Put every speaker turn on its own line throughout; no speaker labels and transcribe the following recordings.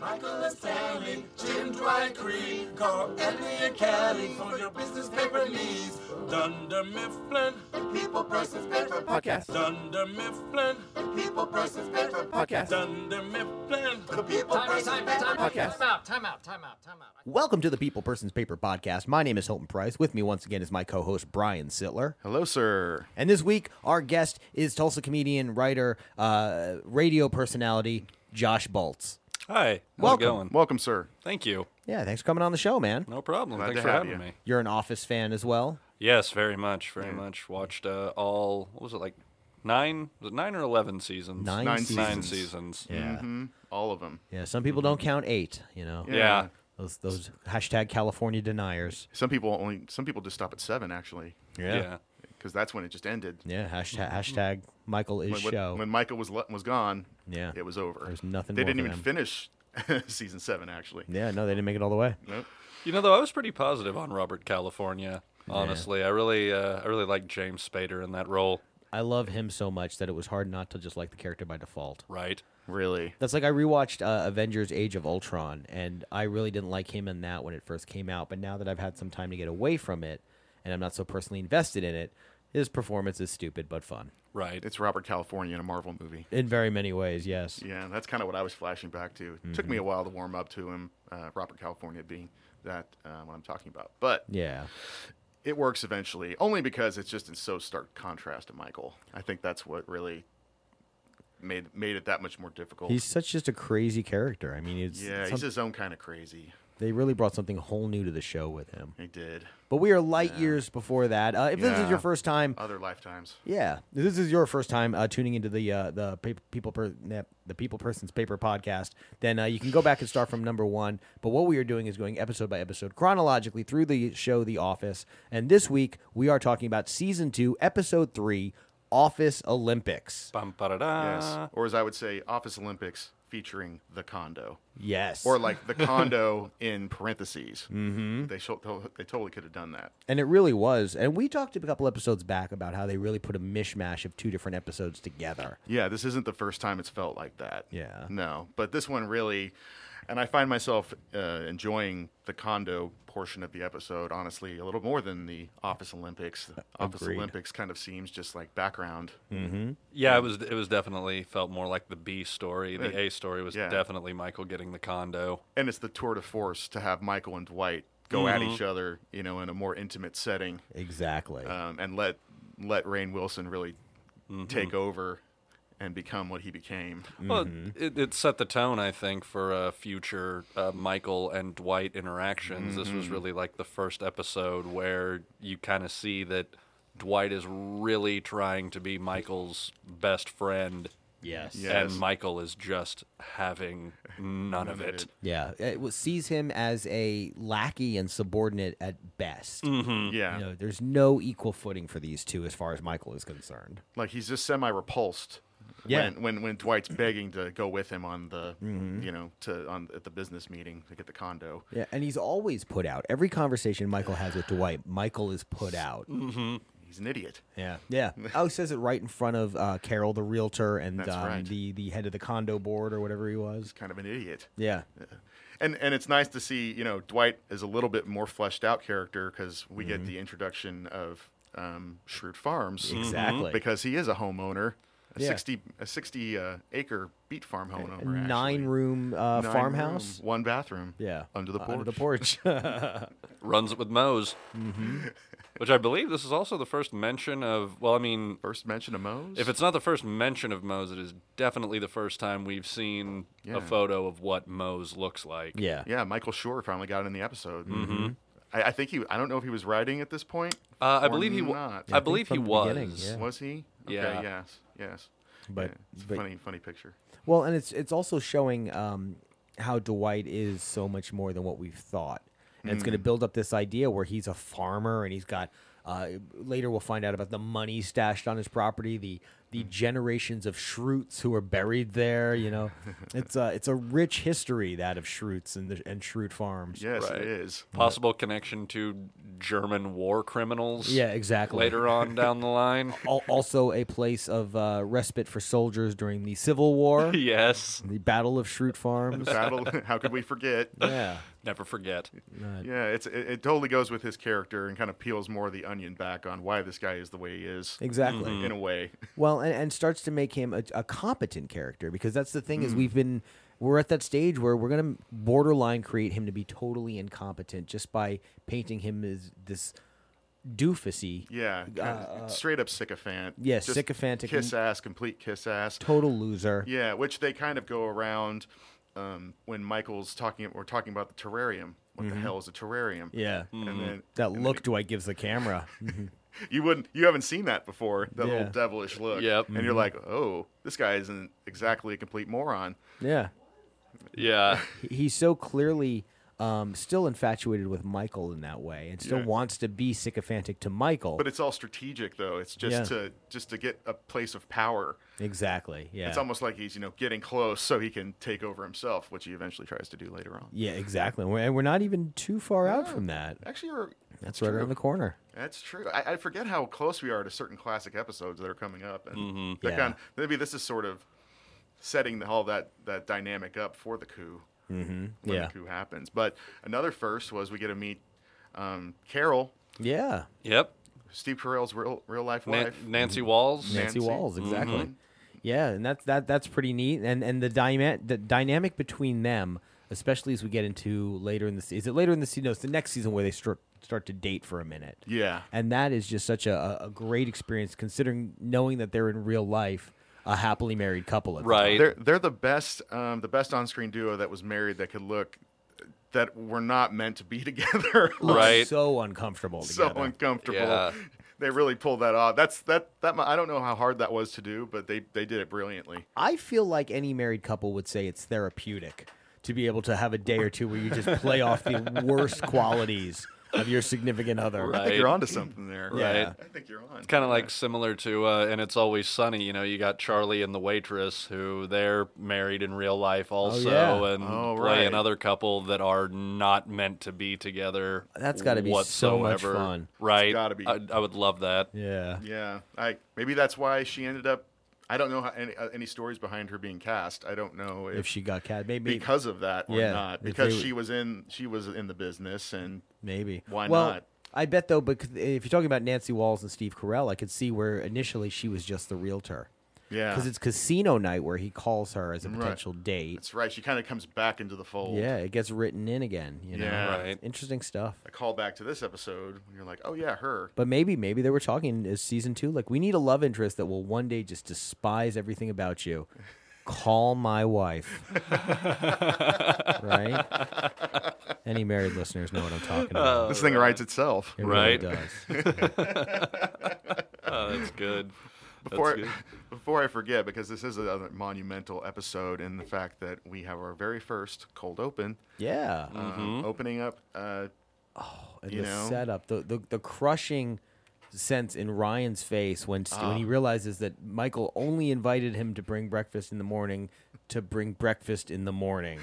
Michael and Stanley, Jim Dwight Creed, call Andy and Kelly for your business paper needs. Dunder Mifflin, People Persons Paper
Podcast.
Dunder Mifflin, People Persons Paper
Podcast.
Dunder Mifflin, the People
Time, out,
Persons
time,
Paper
out, time, out,
Podcast.
time out, time out, time out, time out.
Welcome to the People Persons Paper Podcast. My name is Hilton Price. With me once again is my co-host Brian Sittler.
Hello, sir.
And this week, our guest is Tulsa comedian, writer, uh, radio personality Josh Baltz.
Hi. How's
Welcome.
it going?
Welcome, sir.
Thank you.
Yeah, thanks for coming on the show, man.
No problem.
Glad
Thanks
to
for
have
having
you.
me.
You're an Office fan as well.
Yes, very much. Very much. Watched uh, all, what was it, like nine? Was it nine or 11 seasons?
Nine
Nine
seasons.
Nine
seasons.
seasons. Mm-hmm.
Yeah,
hmm All of them.
yeah. Some people don't count eight. You know,
Yeah.
Yeah.
those those hashtag California deniers.
Some people only. Some people just stop at seven, actually,
Yeah.
because that's when it just ended.
yeah. Hashtag hashtag Michael is
When, when-
show.
when Michael was le- was gone,
Yeah.
it was over.
There's nothing
They
more
didn't
for
even
them.
finish season seven, actually.
yeah, no, they didn't make it all the way.
Nope.
You know, though, I was pretty positive on Robert California. Honestly, I really, uh, I really like James Spader in that role.
I love him so much that it was hard not to just like the character by default.
Right.
Really?
That's like I rewatched uh, Avengers: Age of Ultron, and I really didn't like him in that when it first came out. But now that I've had some time to get away from it, and I'm not so personally invested in it, his performance is stupid but fun
Right.
It's Robert California in a Marvel movie.
in very many ways. Yes,
Yeah, that's kind of what I was flashing back to. It took
Mm-hmm.
me a while to warm up to him, uh, Robert California being that uh, what I'm talking about. But
yeah,
it works eventually, only because it's just in so stark contrast to Michael. I think that's what really made made it that much more difficult.
he's such just a crazy character. I mean, it's,
yeah,
some-
he's his own kind of crazy.
they really brought something whole new to the show with him.
He did.
But we are light years before that. Uh, if this is
Yeah.
your first time,
Other lifetimes.
Yeah, If this is your first time uh, tuning into the uh, the pa- people per- nah, the people person's paper podcast. Then uh, you can go back and start from number one. But what we are doing is going episode by episode chronologically through the show The Office. And this week we are talking about season two, episode three, Office Olympics.
Bum, ba-da-da.
Uh,
Yes. Or as I would say, Office Olympics featuring the condo.
Yes,
Or like the condo in parentheses. Mm-hmm. They, sho- to- they totally could have done that.
and it really was. And we talked a couple episodes back about how they really put a mishmash of two different episodes together.
Yeah, this isn't the first time it's felt like that.
Yeah.
No, but this one really, and I find myself uh, enjoying the condo portion of the episode, honestly, a little more than the Office Olympics. The Office
Agreed. Hmm.
Olympics kind of seems just like background.
Yeah, it was. It was definitely felt more like the B story. The A story was
Yeah.
definitely Michael getting the condo.
And it's the tour de force to have Michael and Dwight go at
Mm-hmm.
each other, you know, in a more intimate setting
Exactly.
um, and let, let Rain Wilson really
Mm-hmm.
take over and become what he became.
Well, it, it set the tone, I think, for uh, future uh, Michael and Dwight interactions. This was really like the first episode where you kind of see that Dwight is really trying to be Michael's best friend,
yes.
Yeah. Yes.
and Michael is just having none, of it.
Yeah, it was, sees him as a lackey and subordinate at best.
Mm-hmm. Yeah.
You know, there's no equal footing for these two as far as Michael is concerned.
like he's just semi repulsed.
Yeah. Mm-hmm.
When, when when Dwight's begging to go with him on the you know to on at the business meeting to get the condo.
Yeah, and he's always put out. Every conversation Michael has with Dwight, Michael is put out.
He's an idiot.
Mm. Yeah, yeah. Oh, he says it right in front of uh, Carol, the realtor, and
That's
um,
right.
the the head of the condo board or whatever he was.
He's kind of an idiot.
Yeah,
And and it's nice to see you know Dwight is a little bit more fleshed out character because we
Mm-hmm.
get the introduction of um, Shrewd Farms
Exactly. Mhm.
because he is a homeowner, a
Yeah.
sixty a sixty uh, acre beet farm
A
homeowner.
nine
actually.
room uh,
Nine
farmhouse.
room, one bathroom.
Yeah,
under the
Uh,
porch.
Under the porch.
Runs it with Moe's, Mm-hmm. which I believe this is also the first mention of. Well, I mean,
First mention of Moe's.
If it's not the first mention of Mose, it is definitely the first time we've seen
Yeah.
a photo of what Mose looks like.
yeah.
Yeah, Michael Shore finally got in the episode. Mm-hmm. I, I think he. I don't know if he was writing at this point.
Uh, I
or
believe he. W-
not.
I believe he
from the beginning,
was.
yeah.
Was he? Okay,
Yeah.
Yes. Yes.
But-
Yeah, it's a
but-
funny, funny picture.
Well, and it's it's also showing um, how Dwight is so much more than what we've thought, and it's
Mm.
going to build up this idea where he's a farmer and he's got. Uh, later, we'll find out about the money stashed on his property, the
Mm.
the generations of Shroots who are buried there. You know, it's a it's a rich history that of Shroots and the and Shroot farms.
Yes,
Right.
it is.
Possible connection to German war criminals.
Yeah, exactly.
Later on down the line.
Al- also a place of uh, respite for soldiers during the Civil War,
yes.
the Battle of Shroot Farms.
Battle. how could we forget?
Yeah.
Never forget.
Yeah, it's it, it totally goes with his character and kind of peels more of the onion back on why this guy is the way he is.
Mm-hmm.
Exactly.
In a way,
Well, and, and starts to make him a, a competent character because that's the thing
Hmm.
is we've been we're at that stage where we're gonna borderline create him to be totally incompetent just by painting him as this doofusy,
yeah, kinda straight up sycophant.
Uh, yeah,
Just
sycophantic-
Kiss ass, complete kiss ass.
total loser.
Yeah, which they kind of go around um, when Michael's talking. We're talking about the terrarium. What the hell is a terrarium?
Mm-hmm. Yeah.
and then
That look Dwight gives the camera.
you wouldn't, you haven't seen that before. That
Yeah. Mm-hmm.
little devilish look.
Yep.
and you're like, oh, this guy isn't exactly a complete moron.
yeah.
Yeah.
He- He's so clearly um, still infatuated with Michael in that way and still
Yeah.
wants to be sycophantic to Michael.
But it's all strategic, though. It's just
Yeah.
to just to get a place of power.
exactly. Yeah.
It's almost like he's you know getting close so he can take over himself, which he eventually tries to do later on.
yeah, exactly. We're- And we're not even too far out from that.
Actually, you're,
That's right around
true.
the corner.
That's true. I, I forget how close we are to certain classic episodes that are coming up, and that
Yeah.
kind maybe this is sort of setting the, all that that dynamic up for the coup mm-hmm. when
Yeah.
the coup happens. But another first was we get to meet um, Carol,
Yeah.
Yep.
Steve Carell's real real life
Nan-
wife.
Nancy Walls.
Nancy,
Nancy.
Walls, exactly.
Mm-hmm.
Yeah, and that's that that's pretty neat. And and the dyna- the dynamic between them, especially as we get into later in the se- is it later in the season? No, it's the next season where they start start to date for a minute.
yeah,
And that is just such a, a- a great experience, considering knowing that they're in real life a happily married couple. At the time.
Right.
they're they're the best um, the best on screen duo that was married that could look that were not meant to be together.
It's
Right.
So uncomfortable.
so
Together.
uncomfortable.
Yeah.
They really pulled that off. That's that that mi- I don't know how hard that was to do, but they they did it brilliantly.
I feel like any married couple would say it's therapeutic to be able to have a day or two where you just play off the worst qualities of your significant other.
I think
Right.
you're onto something there.
Yeah.
Right.
I think you're on.
kind of like similar to uh, and it's always sunny you know you got charlie and the waitress who they're married in real life also
Oh, yeah.
and
Oh,
play
right.
another couple that are not meant to be together
That's gotta be so much
whatsoever.
fun.
right
gotta be.
I, I would love that
Yeah.
yeah. I maybe that's why she ended up. I don't know how, any uh, any stories behind her being cast. I don't know if,
If she got cat, maybe
because of that or
Yeah, if
not because
they-
she was in she was in the business and
Maybe.
Why
well,
not?
I bet though, because if you're talking about Nancy Walls and Steve Carell, I could see where initially she was just the realtor.
yeah.
Because it's casino night where he calls her as a
Right.
potential date.
That's right. She kind of comes back into the fold.
Yeah, it gets written in again. You know,
Yeah.
Right.
interesting stuff.
A call back to this episode. When you're like, oh yeah, her.
But maybe, maybe they were talking as season two. Like, we need a love interest that will one day just despise everything about you. Call my wife. right? Any married listeners know what I'm talking about.
This thing writes itself.
It
Uh, right.
Really does.
oh, that's good
before,
That's
before I forget, because this is another monumental episode in the fact that we have our very first cold open,
Yeah.
um, opening up. Uh,
and
you
the
know?
setup, the, the the crushing sense in Ryan's face when st-
Ah.
when he realizes that Michael only invited him to bring breakfast in the morning to bring breakfast in the morning,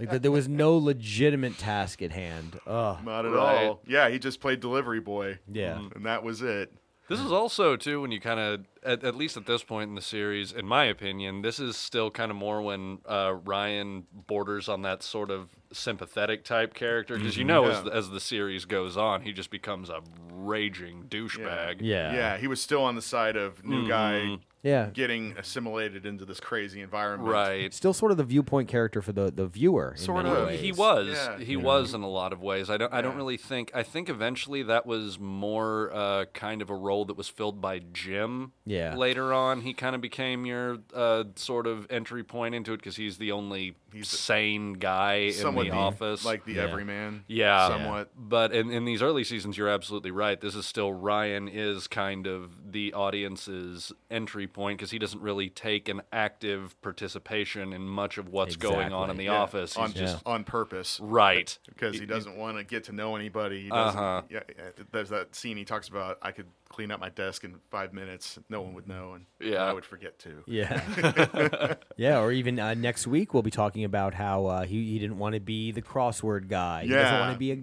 like that there was no legitimate task at hand. Ugh.
not at
Right. Mm-hmm.
all. Yeah, he just played delivery boy.
Yeah.
and that was it.
This is also too when you kind of, at, at least at this point in the series, in my opinion, this is still kind of more when uh, Ryan borders on that sort of sympathetic type character because you know as
Yeah.
the, as the series goes on, he just becomes a raging douchebag.
Yeah.
yeah, he was still on the side of new
Mm-hmm.
guy
Yeah.
getting assimilated into this crazy environment.
right.
Still sort of the viewpoint character for the the viewer. in
Sort
many
of.
ways.
He was.
Yeah.
He was in a lot of ways. I don't. I don't really think. I think eventually that was more uh, kind of a role that was filled by Jim.
Yeah.
Later on, he kind of became your uh, sort of entry point into it because he's the only
He's the-
sane guy in
Somewhat
the office.
like the
Yeah.
everyman.
Yeah.
somewhat.
But in, in these early seasons, you're absolutely right. This is still Ryan is kind of the audience's entry point because he doesn't really take an active participation in much of what's going on in
Exactly.
the
Yeah,
office. He's
on
just
just on purpose.
right. Uh-huh.
because he doesn't want to get to know anybody. He doesn't. Yeah, yeah, there's that scene he talks about. I could clean up my desk in five minutes. No one would know, and
Yeah.
I would forget to.
Yeah. yeah, or even uh, next week we'll be talking about how uh, he, he didn't want to be the crossword guy. He doesn't want to be a
Yeah,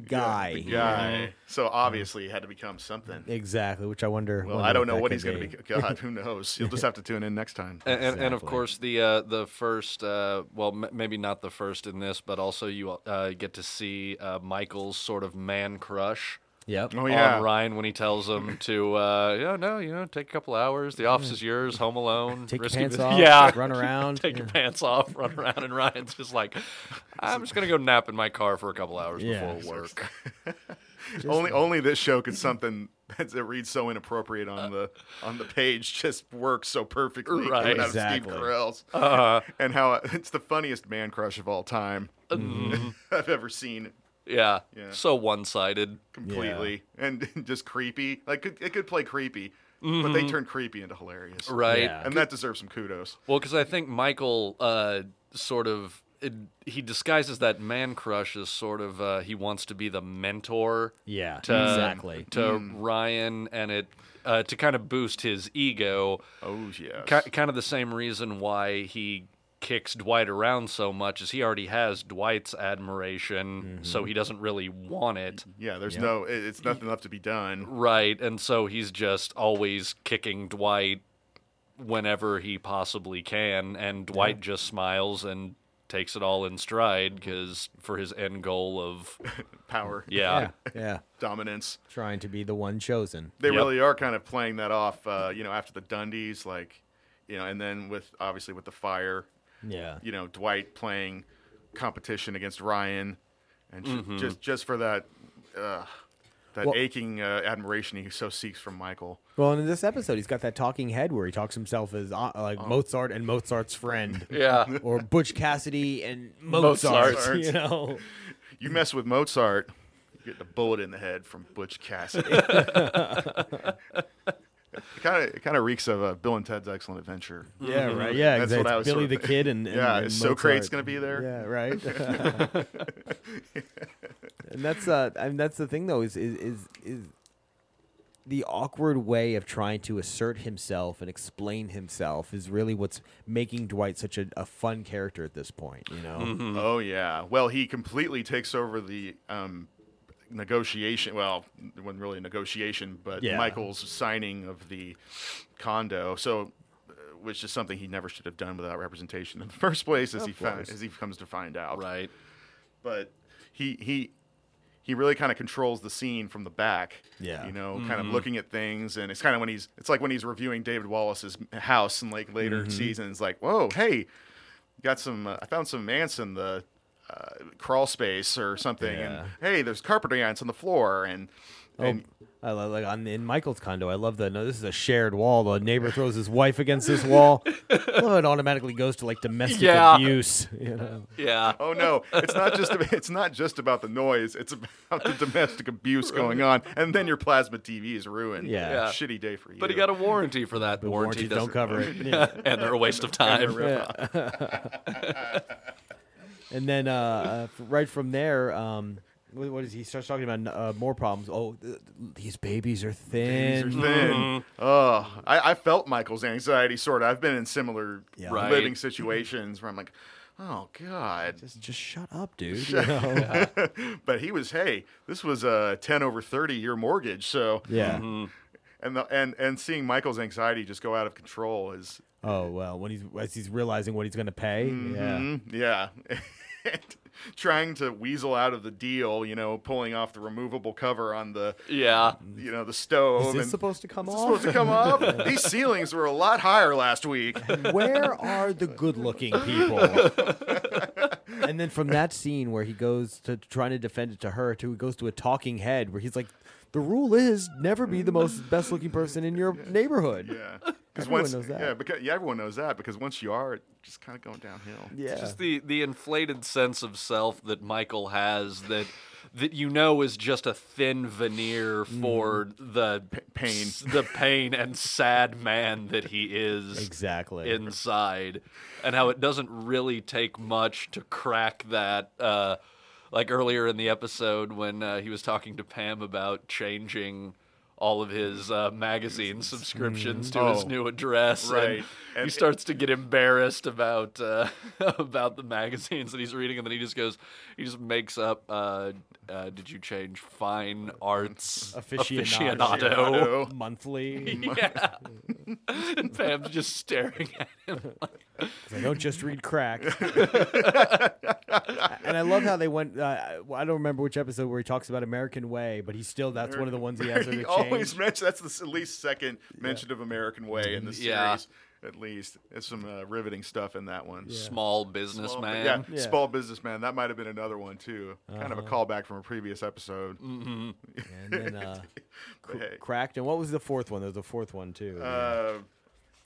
guy.
the guy. So obviously, he had to become something.
Exactly, which I wonder.
Well,
wonder
I don't
that
know what
could
he's going to be. God, who knows? You'll just have to tune in next time.
And, and, and of
Exactly.
course, the uh, the first, uh, well, m- maybe not the first in this, but also you uh, get to see uh, Michael's sort of man crush.
Yep.
Oh, yeah.
on Ryan when he tells him to, uh, yeah, no, you know, take a couple hours. The office is yours. Home alone.
Take your
risky
pants
bus-
off.
Yeah,
Run around.
take your pants off. Run around, and Ryan's just like, I'm just gonna go nap in my car for a couple hours
Yeah.
before work.
only only this show could something that reads so inappropriate on the on the page just works so perfectly coming
Right.
out of
Exactly.
Steve Carell's and how it's the funniest man crush of all time
Mm-hmm.
I've ever seen
Yeah,
Yeah.
so one-sided.
completely and just creepy like it, it could play creepy but they turned creepy into hilarious
Right.
Yeah.
and that deserves some kudos
Well, because I think Michael uh, sort of it, he disguises that man crush as sort of uh, he wants to be the mentor
Yeah,
to,
exactly.
to Ryan, and it uh, to kind of boost his ego.
oh yes
Ki- kind of the same reason why he kicks Dwight around so much is he already has Dwight's admiration, so he doesn't really want it.
yeah there's no it, it's nothing left to be done
Right, and so he's just always kicking Dwight whenever he possibly can, and Dwight just smiles and takes it all in stride because for his end goal of
power
yeah,
yeah.
dominance
Trying to be the one chosen.
they
Yep.
really are kind of playing that off, uh, you know, after the Dundies, like, you know, and then with obviously with the fire,
Yeah.
you know, Dwight playing competition against Ryan, and ju- just just for that uh, that
Well-
aching uh, admiration he so seeks from Michael.
Well, and in this episode, he's got that talking head where he talks himself as uh, like
Oh.
Mozart and Mozart's friend,
yeah.
or Butch Cassidy and Mozart.
Mozart.
You know,
You mess with Mozart, you get the bullet in the head from Butch Cassidy. It kind of it kind of reeks of uh, Bill and Ted's Excellent Adventure.
yeah, right, yeah,
That's
exactly.
what I was
Billy
sort of
the
thinking.
Kid and, and
Yeah,
and
is Socrates
Mozart.
gonna be there?
Yeah, right. and that's uh, I mean, that's the thing though is is is. is the awkward way of trying to assert himself and explain himself is really what's making Dwight such a, a fun character at this point, you know.
Oh yeah. Well, he completely takes over the um, negotiation. Well, it wasn't really a negotiation, but
Yeah.
Michael's signing of the condo. So, uh, which is something he never should have done without representation in the first place, as he found, as he comes to find out.
Right.
But he he. He really kind of controls the scene from the back.
Yeah.
You know, kind
Mm-hmm.
of looking at things. And it's kind of when he's, it's like when he's reviewing David Wallace's house in like later
Mm-hmm.
seasons, like, whoa, hey, got some uh, i found some ants in the uh, crawl space or something and hey there's carpet ants on the floor and, and
Oh, I love, like on in Michael's condo. I love the no. This is a shared wall. The neighbor throws his wife against this wall. oh, it automatically goes to like domestic
Yeah.
abuse. You know,
Yeah.
oh no it's not just ab- it's not just about the noise it's about the domestic abuse going on and then your plasma tv is ruined
Yeah. Yeah.
shitty day for you
But he got a warranty for that. The
warranties don't cover it. Yeah.
and they're a waste of time.
And then uh, uh, right from there, um, what, what is he starts talking about? Uh, more problems. Oh, th- these babies are thin.
These are thin. Oh, I, I felt Michael's anxiety sort of. I've been in similar
Yeah.
Right.
living situations where I'm like, oh god,
Just, just shut up, dude. You know?
but he was hey this was a 10 over 30 year mortgage so
yeah.
Mm-hmm. and the, and and seeing michael's anxiety just go out of control is
Oh well, when he's as he's realizing what he's gonna pay. Yeah.
mm, yeah trying to weasel out of the deal you know pulling off the removable cover on the
Yeah.
you know the stove
Is this
and-
supposed to come
Is this
off?
supposed to come off these ceilings were a lot higher last week
Where are the good looking people? and then from that scene where he goes to trying to defend it to her to he goes to a talking head where he's like, The rule is never be the most best looking person in your neighborhood.
yeah because
Everyone
once
knows that.
yeah because yeah everyone knows that because once you are it's just kind of going downhill
Yeah.
Just the the inflated sense of self that Michael has that that you know is just a thin veneer
Mm-hmm.
for the
pain.
s- the pain and sad man that he is
Exactly.
inside, and how it doesn't really take much to crack that. Uh, like earlier in the episode when uh, he was talking to Pam about changing all of his uh, magazine subscriptions to his
Oh.
new address. and
Right.
he
And-
starts to get embarrassed about uh, about the magazines that he's reading, and then he just goes, he just makes up. Uh, uh, did you change fine arts
Aficionado.
aficionado?
Oh.
monthly.
Yeah. and Pam's just staring at him.
I don't just read crack. and I love how they went. Uh, I don't remember which episode where he talks about American Way, but he's still that's one of the ones he has her to
he
change.
always mentions that's the s- at least second mention of American Way in the series.
Yeah.
At least there's some uh, riveting stuff in that one. Small-
Small businessman.
yeah,
Yeah. Uh-huh.
small businessman. That might have been another one too. Kind of a callback from a previous episode.
and then uh,
But hey,
cracked. And what was the fourth one? There was a fourth one too.
uh,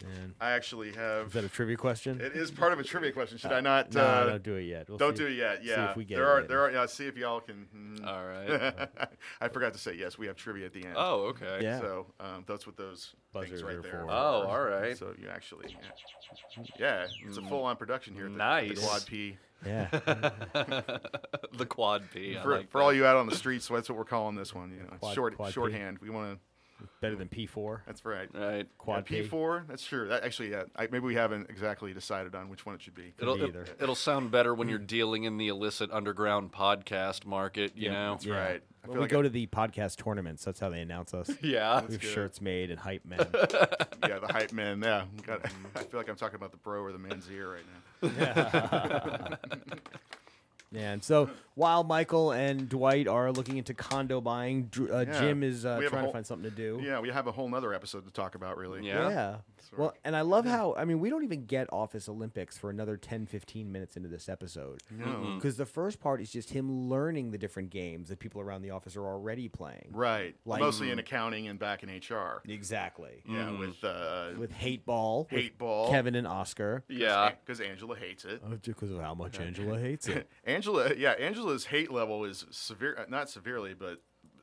Man.
I actually have.
Is that a trivia question?
It is part of a trivia question. Should I not?
no,
uh,
don't do it yet. We'll
don't
see-
do it yet.
see
Yeah,
if we get
there
it
are
later.
there are. Yeah, see if y'all can. mm.
All right.
I forgot to say yes. We have trivia at the end.
Oh, okay.
Yeah.
So um, that's what those
Buzzers
things right
are
there.
for.
Oh, all right.
So you actually, yeah, it's a full-on production here. At the, at
Nice.
the Quad P.
Yeah.
the quad P. I
For,
like
for all you out on the streets, so that's what we're calling this one. You know,
Quad-
short
Quad P.
shorthand. We want to.
Better than P four.
That's right.
that. right.
Quad
P
P.
four. That's sure. That actually, yeah. I, maybe we haven't exactly decided on which one it should be.
It'll,
be either.
it, will sound better when you're
Hmm.
dealing in the illicit underground podcast market, you know?
That's right. I
When
feel
we
like
go
I-
to the podcast tournaments, that's how they announce us. we
Yeah.
have
good.
shirts made and hype men.
yeah, the hype man. Yeah, God, I feel like I'm talking about the bro or the man's ear right now.
Yeah, and so while Michael and Dwight are looking into condo buying, Dr- uh,
Yeah.
Jim is uh,
We have a
trying to
whole-
find something to do.
Yeah, we have a whole nother episode to talk about, really.
Yeah.
Yeah.
Sort
Well,
of.
and I love how, I mean, we don't even get Office Olympics for another 10, 15 minutes into this episode. No. Because the first part is just him learning the different games that people around the office are already playing.
Right.
Like-
Mostly in accounting and back in HR.
Exactly.
Yeah,
Mm-hmm.
with uh,
With Hate Ball. with
Hate Ball.
Kevin Oh. and Oscar.
Yeah.
because Angela hates it.
Because of how much Angela hates it.
Angela, yeah, Angela's hate level is severe, uh, not severely, but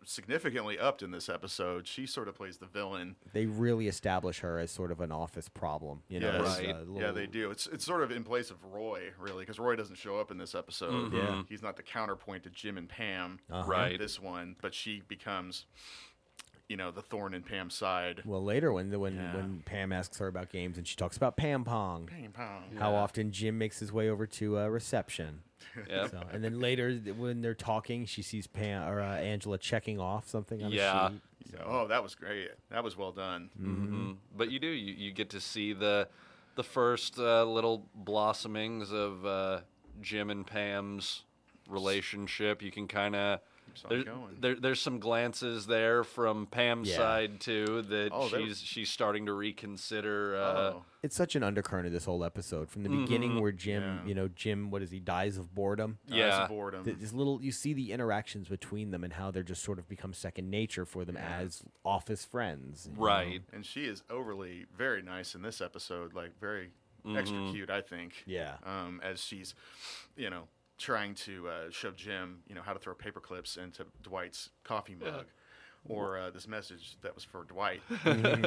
significantly upped in this episode. She sort of plays the villain.
They really establish her as sort of an office problem. You know,
Yes.
as
Right.
a
Yeah,
little-
they do. It's it's sort of in place of Roy, really, because Roy doesn't show up in this episode.
Yeah. Uh-huh.
he's not the counterpoint to Jim and Pam.
Mm-hmm. Right.
This one, but she becomes, you know, the thorn in Pam's side.
Well, later when the, when when Pam asks her about games and she talks about Pam Pong,
Ping pong.
how often Jim makes his way over to uh, reception.
Yep.
So, and then later th- when they're talking, she sees Pam or uh, Angela checking off something on
Yeah.
a sheet.
Yeah, Oh, that was great. That was well done.
Mm.
Mm-hmm. But you do. You, you get to see the the first uh, little blossomings of uh, Jim and Pam's relationship. You can kind of.
on
There,
going.
there, there's some glances there from Pam's
Yeah.
side too that
Oh, they-
she's she's starting to reconsider. Uh,
Oh.
It's such an undercurrent of this whole episode from the
Mm-hmm.
beginning where Jim, you know, Jim, what is he dies of boredom?
Uh,
Yeah.
it's boredom.
Th- This little, you see the interactions between them and how they're just sort of become second nature for them as office friends. you know?
right.
and she is overly very nice in this episode, like very extra cute, I think.
Mm-hmm. Yeah.
Um, as she's, you know, trying to uh, show Jim, you know, how to throw paper clips into Dwight's coffee mug. Or uh, this message that was for Dwight.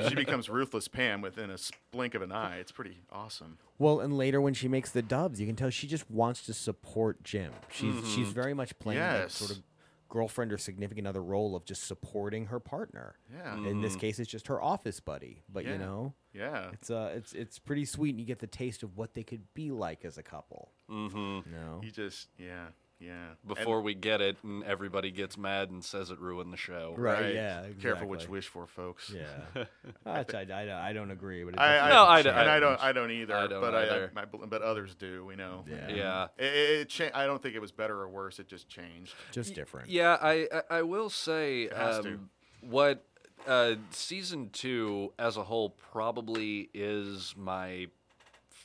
she becomes ruthless Pam within a s- blink of an eye. It's pretty awesome.
Well, and later when she makes the dubs, you can tell she just wants to support Jim. She's she's very much playing that
Mm-hmm. Yes.
sort of girlfriend or significant other role of just supporting her partner.
Yeah. Mm-hmm.
In this case, it's just her office buddy. But
Yeah.
you know,
Yeah,
it's uh, it's it's pretty sweet, and you get the taste of what they could be like as a couple. Mm-hmm. No.
he just yeah yeah. And-
Before we get it, and everybody gets mad and says it ruined the show.
Right. Yeah.
Careful what you
exactly.
wish for, folks.
Yeah. Which I, I, I don't agree, but it
I, I,
definitely
No, I
changed.
don't-
and I don't. I don't either.
I don't
but
either.
I, I, my- but others do. We know.
Yeah.
Yeah.
It, it, it cha- I don't think it was better or worse. It just changed.
just different.
Yeah, I I- I will say
has to.
um, what uh, season two as a whole probably is my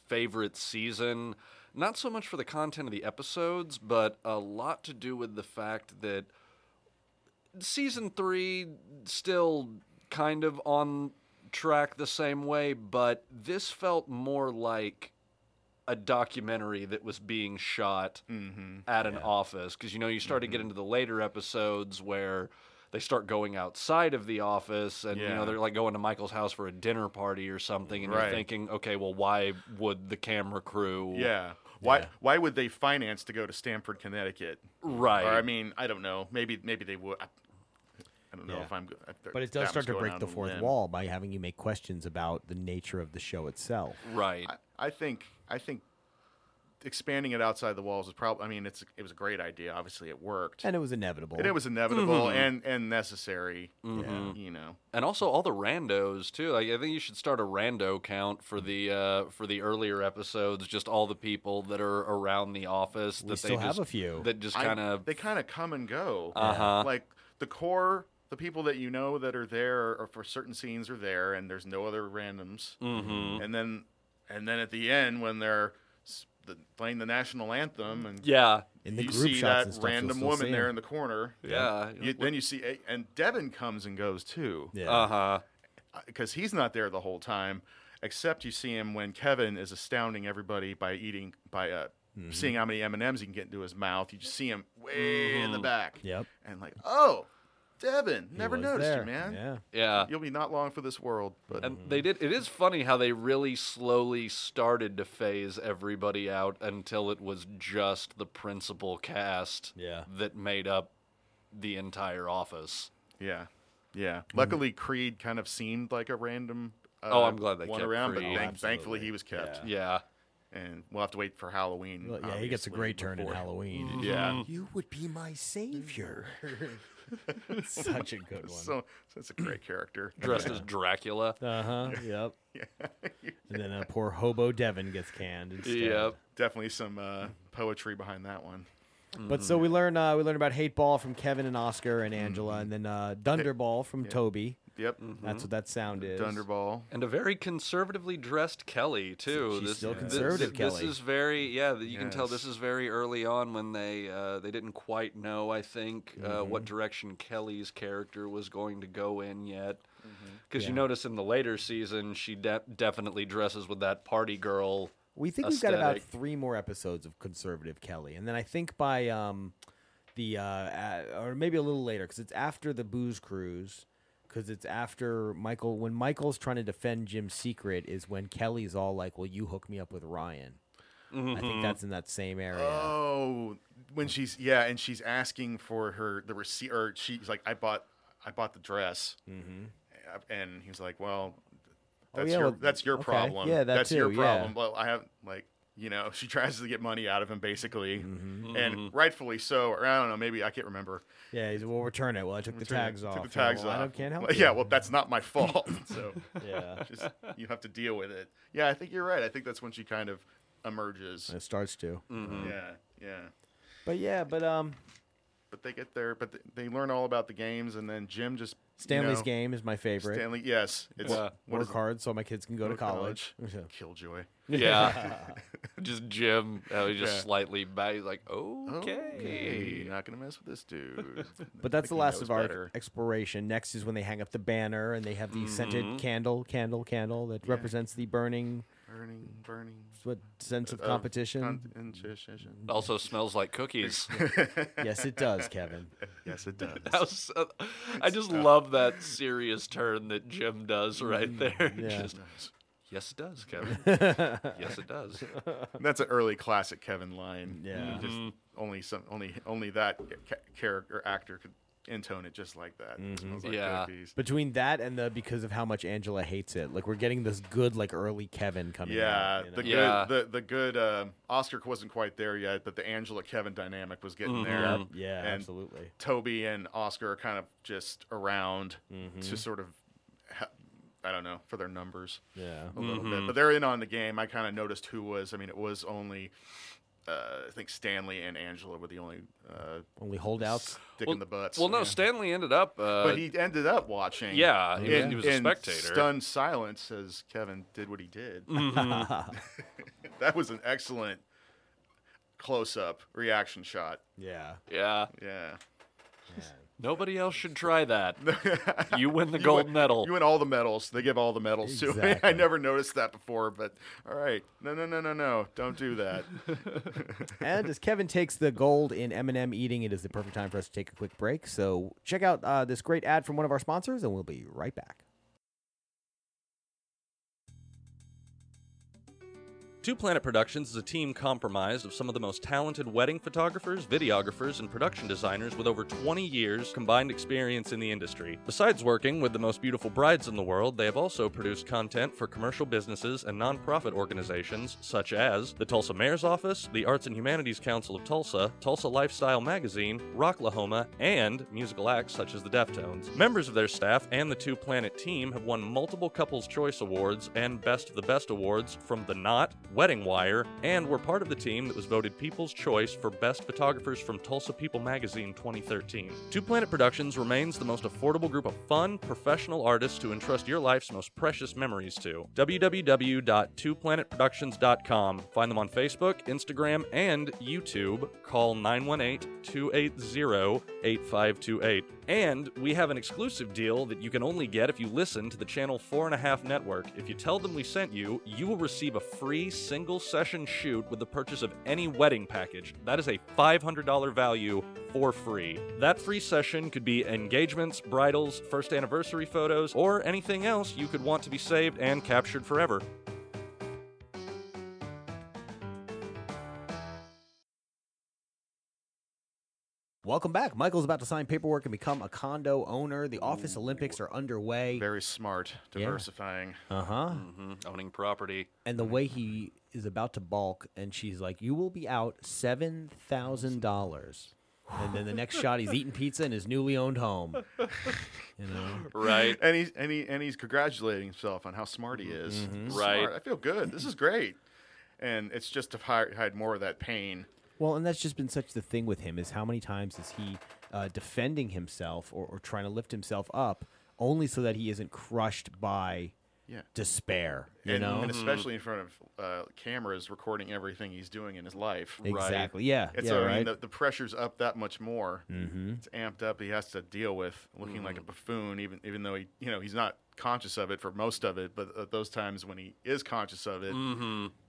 favorite season. Not so much for the content of the episodes, but a lot to do with the fact that season three still kind of on track the same way, but this felt more like a documentary that was being shot
Mm-hmm.
at an office because you know you start to get into the later episodes where they start going outside of the office and you know
Yeah.
they're like going to Michael's house for a dinner party or something and you're
Right.
thinking okay well why would the camera crew
Yeah. Why? Why would they finance to go to Stamford, Connecticut?
right
Or I mean, I don't know. Maybe maybe they would. I, I don't know
Yeah.
if I'm. If there-
But it
that
does
was
start to
going
break
out
the
on a
fourth
limb.
wall by having you make questions about the nature of the show itself.
Mm.
Right.
I, I think I think expanding it outside the walls is probably. I mean, it's it was a great idea. Obviously, it worked,
And it was inevitable.
and it was inevitable
Mm-hmm.
and and necessary. You know,
And also all the randos too. Like, I think you should start a rando count for the uh, for the earlier episodes. Just all the people that are around the office. that
still
they
have
just,
a few.
that just
I-
kind of
they kind of come and go.
Uh-huh.
Like the core, the people that you know that are there or for certain scenes are there, and there's no other randoms. Mm-hmm. And then and then at the end when they're s- the, playing the national anthem and
yeah
in the
you
group
see
shots
that
and stuff, you'll
random
still see
woman
'em.
there in the corner.
Yeah.
You- then you see, eh, and Devin comes and goes too,
Yeah.
uh huh
because he's not there the whole time, except you see him when Kevin is astounding everybody by eating by uh,
Mm-hmm.
seeing how many M and M's he can get into his mouth. You just see him way in
Mm-hmm.
the back.
Yep.
And like, oh, Devin, never
was
noticed
there.
you, man.
Yeah.
yeah.
You'll be not long for this world, but
And they did. It is funny how they really slowly started to phase everybody out until it was just the principal cast
Yeah.
that made up the entire office.
yeah, yeah.
Mm.
Luckily, Creed kind of seemed like a random. Uh,
Oh, I'm glad they
one
kept
around,
Creed.
but
Oh,
thank, thankfully he was kept.
Yeah.
And we'll have to wait for Halloween.
Well, yeah, he gets a
obviously,
great turn in
before- Mm.
Halloween.
Mm-hmm.
Yeah.
You would be my savior. Such a good one.
So, so it's a great character.
Dressed as Dracula.
Uh huh. Yep. And then uh, poor hobo Devin gets canned. Instead.
Yep.
Definitely some uh, poetry behind that one.
But
Mm-hmm.
so we learn uh, we learn about hate ball from Kevin and Oscar and Angela, and then uh, Dunderball from Toby.
Yep.
Mm.
That's what that sound is.
Thunderball.
And a very conservatively dressed Kelly too.
She's
this,
still
thi-
conservative,
thi-
Kelly.
This is very yeah. You can tell this
Yes.
is very early on when they uh, they didn't quite know I think uh,
Mm-hmm.
what direction Kelly's character was going to go in yet. Because you
Mm-hmm. Yeah.
notice in the later season she de- definitely dresses with that party girl.
We think we've got about
aesthetic.
three more episodes of conservative Kelly, and then I think by um, the uh, uh, or maybe a little later because it's after the booze cruise, because it's after Michael when Michael's trying to defend Jim's secret is when Kelly's all like, "Well, you hook me up with Ryan." I
Mm-hmm.
think that's in that same area.
Oh, when she's yeah, and she's asking for her the receipt, or she's like, I bought, I bought the dress, mm-hmm. and he's like, well,
Oh,
that's
yeah,
your
well,
that's your
okay.
problem.
Yeah, that
that's your
too, yeah.
problem. Well, I have like. You know, she tries to get money out of him, basically,
Mm-hmm.
and rightfully so. Or I don't know, maybe I can't remember.
Yeah, he's we'll return it. Well, I took the tags
Took
off.
The tags
Well, I
off.
don't- can't help.
Well,
you.
Yeah, well, that's not my fault. So
yeah.
just you have to deal with it. Yeah, I think you're right. I think that's when she kind of emerges.
It starts to.
Yeah, yeah.
But yeah, but um,
But they get there. But th- they learn all about the games, and then Jim just you
Stanley's
know,
game is my favorite.
Stanley, yes, it's
Yeah.
what
Work
is it?
hard so my kids can go to
Go to
college.
Killjoy.
Yeah. just Jim. Uh, he just
Yeah.
slightly back. He's like okay.
Okay, not gonna mess with this dude.
But that's the last of our
Better.
exploration. Next is when they hang up the banner and they have the
Mm-hmm.
scented candle, candle, candle that represents the burning
Burning, burning. Oh,
what sense of
of
competition.
con- and sh- sh- sh-
Also smells like cookies.
yes, it does, Kevin.
Yes, it does.
That was so- I just love that serious turn that Jim does
Mm,
right there.
yeah.
Just, yes, it does, Kevin. yes, it does.
That's an early classic Kevin line.
Yeah.
Just
Mm-hmm.
only some only only that ca- character actor could intone it just like that.
Mm-hmm.
It smells like
Yeah.
cookies.
Between that and the because of how much Angela hates it, like we're getting this good like early Kevin coming.
yeah,
out, you know?
the good
Yeah.
the the good um, Oscar wasn't quite there yet, but the Angela Kevin dynamic was getting
Mm-hmm.
there.
yeah,
and
absolutely.
Toby and Oscar are kind of just around
Mm-hmm.
to sort of, ha- I don't know, for their numbers
Yeah,
a little
Mm-hmm.
bit. But they're in on the game. I kind of noticed who was. I mean, it was only, uh, I think Stanley and Angela were the only uh,
only holdouts.
dick in the butts.
Well, no,
Yeah.
Stanley ended up. Uh,
but he ended up watching.
yeah, he was- he was a
in
spectator.
Stunned silence as Kevin did what he did. Mm. that was an excellent close-up reaction shot.
Yeah,
yeah,
Yeah,
nobody else should try that. you win the gold medal.
you win all the medals. They give all the medals to. me. I
Exactly.
never noticed that before, but all right, no, no, no, no, no, don't do that.
and as Kevin takes the gold in Eminem eating, it is the perfect time for us to take a quick break. So check out uh, this great ad from one of our sponsors, and we'll be right back.
Two Planet Productions is a team compromised of some of the most talented wedding photographers, videographers, and production designers with over 20 years combined experience in the industry. Besides working with the most beautiful brides in the world, they have also produced content for commercial businesses and nonprofit organizations such as the Tulsa Mayor's Office, the Arts and Humanities Council of Tulsa, Tulsa Lifestyle Magazine, Rocklahoma, and musical acts such as the Deftones. Members of their staff and the Two Planet team have won multiple Couples Choice Awards and Best of the Best awards from The Knot, Wedding Wire, and were part of the team that was voted People's Choice for Best Photographers from Tulsa People Magazine 2013. Two Planet Productions remains the most affordable group of fun, professional artists to entrust your life's most precious memories to. www.twoplanetproductions.com. Find them on Facebook, Instagram, and YouTube. Call 918 280 8528. And we have an exclusive deal that you can only get if you listen to the Channel 4.5 network. If you tell them we sent you, you will receive a free single session shoot with the purchase of any wedding package. That is a $500 value for free. That free session could be engagements, bridals, first anniversary photos, or anything else you could want to be saved and captured forever.
Welcome back. Michael's about to sign paperwork and become a condo owner. The office Olympics are underway.
Very Mm-hmm. smart, diversifying.
Uh huh.
Owning property.
And the way he is about to balk, and she's like, "You will be out seven thousand dollars." And then the next shot, he's eating pizza in his newly owned home. You know,
Right.
And he's and he and he's congratulating himself on how smart he is.
Mm-hmm.
Right.
Smart. I feel good. This is great. And it's just to hi- hide more of that pain.
Well, and that's just been such the thing with him is how many times is he uh, defending himself or, or trying to lift himself up only so that he isn't crushed by
Yeah.
despair. You
and,
know
Mm-hmm.
and especially in front of uh, cameras, recording everything he's doing in his life.
exactly. Yeah.
It's
yeah.
I mean,
right.
the, the pressure's up that much more. Mm-hmm. It's amped up. He has to deal with looking like a
Mm-hmm.
buffoon, even even though he you know he's not conscious of it for most of it. But at those times when he is conscious of it,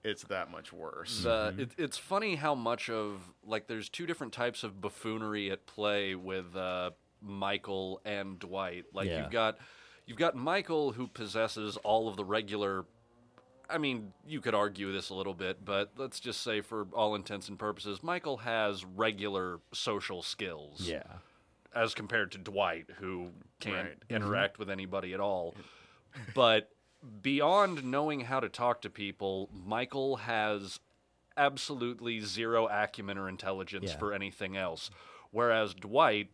it's that much worse.
Uh,
Mm-hmm.
it, it's funny how much of like there's two different types of buffoonery at play with uh, Michael and Dwight. Like
Yeah.
you've got you've got Michael who possesses all of the regular. I mean, you could argue this a little bit, but let's just say, for all intents and purposes, Michael has regular social skills
yeah.
as compared to Dwight, who can't
Right.
Mm-hmm.
interact with anybody at all. But beyond knowing how to talk to people, Michael has absolutely zero acumen or intelligence
Yeah.
for anything else. Whereas Dwight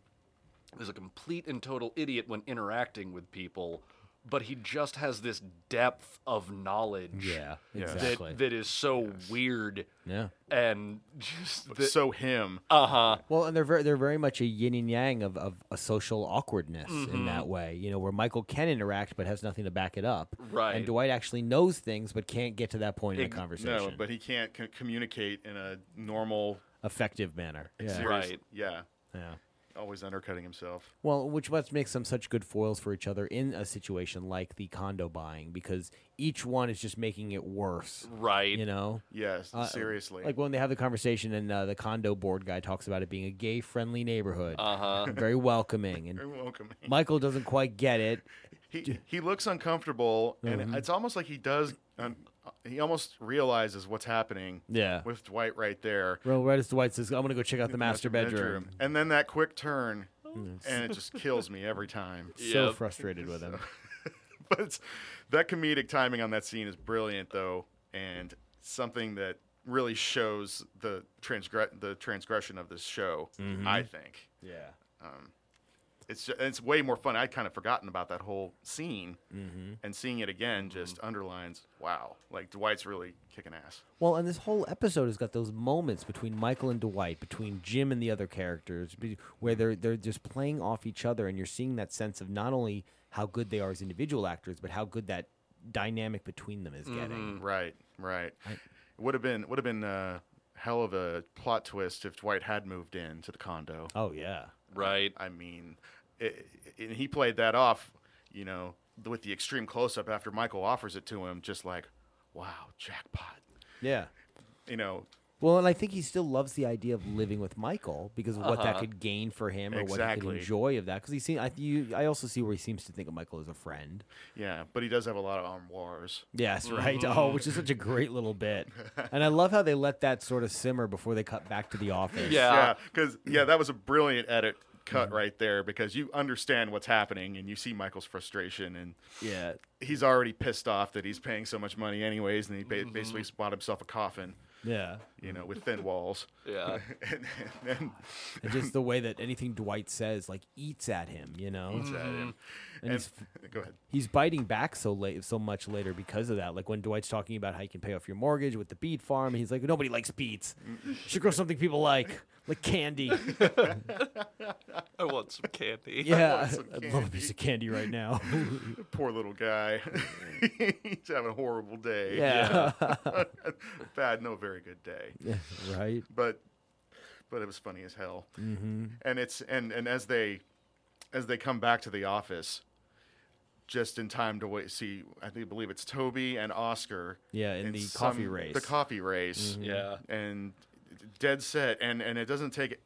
is a complete and total idiot when interacting with people, but he just has this depth of knowledge
Yeah.
Yes.
that,
Exactly.
that is so weird
yeah.
and just
But
that-
so him.
Well, and they're very they're very much a yin and yang of, of a social awkwardness in that way. You know, where Michael can interact but has nothing to back it up. And
Right.
Dwight actually knows things but can't get to that point in the
Ex-
conversation.
No, but he can't c- communicate in a normal,
effective manner. Yeah.
serious-
Right.
Yeah,
yeah.
always undercutting himself.
Well, which must make them such good foils for each other in a situation like the condo buying, because each one is just making it worse.
right.
You know,
Yes, seriously.
Uh, like when they have the conversation and uh, the condo board guy talks about it being a gay-friendly neighborhood,
Uh.
uh-huh. very welcoming, and
You're welcome.
Michael doesn't quite get it.
He he looks uncomfortable,
Mm-hmm.
and it's almost like he does. Um, he almost realizes what's happening.
Yeah.
with Dwight right there.
Well, right as Dwight says, "I'm gonna go check out the master, bedroom,"
and then that quick turn, and it just kills me every time.
so
Yep.
frustrated with him.
but it's, that comedic timing on that scene is brilliant though and something that really shows the transgre- the transgression of this show
Mm-hmm.
i think
yeah,
it's ju- it's way more fun i'd kind of forgotten about that whole scene
Mm-hmm.
and seeing it again just underlines wow like dwight's really kicking ass
Well, and this whole episode has got those moments between Michael and Dwight, between Jim and the other characters, be- where they're they're just playing off each other, and you're seeing that sense of not only how good they are as individual actors, but how good that dynamic between them is getting.
right right would have been would have been uh hell of a plot twist if dwight had moved in to the condo
Oh yeah,
Right.
I mean, it, it- and he played that off, you know, with the extreme close up after Michael offers it to him, just like, wow, jackpot.
yeah.
You know,
Well, and I think he still loves the idea of living with Michael because of what that could gain for him or what he
Exactly.
could enjoy of that. Because he seems, I, you, I also see where he seems to think of Michael as a friend.
Yeah, but he does have a lot of armoires.
Yes, right. Oh, which is such a great little bit, and I love how they let that sort of simmer before they cut back to the office.
Yeah.
Yeah, because yeah, that was a brilliant edit cut right there because you understand what's happening and you see Michael's frustration and
yeah.
he's already pissed off that he's paying so much money anyways and he ba-
Mm-hmm.
basically bought himself a coffin,
Yeah.
you know, with thin walls.
Yeah.
and, and, and,
And just the way that anything Dwight says like eats at him, you know.
Mm-hmm. and-
Mm-hmm. he's-
go ahead.
He's biting back so late, so much later because of that. Like when Dwight's talking about how you can pay off your mortgage with the bead farm, he's like, "Nobody likes beads. Should grow something people like, like candy."
I want some candy.
Yeah,
some
I'd love a piece of candy right now.
Poor little guy. he's having a horrible day.
yeah,
Bad, no very good day.
right.
but but it was funny as hell. Mm-hmm. And it's and and as they as they come back to the office, just in time to wait, see. I think believe it's Toby and Oscar.
Yeah, in the coffee race. Mm-hmm.
The coffee race.
Yeah.
And dead set, and and it doesn't take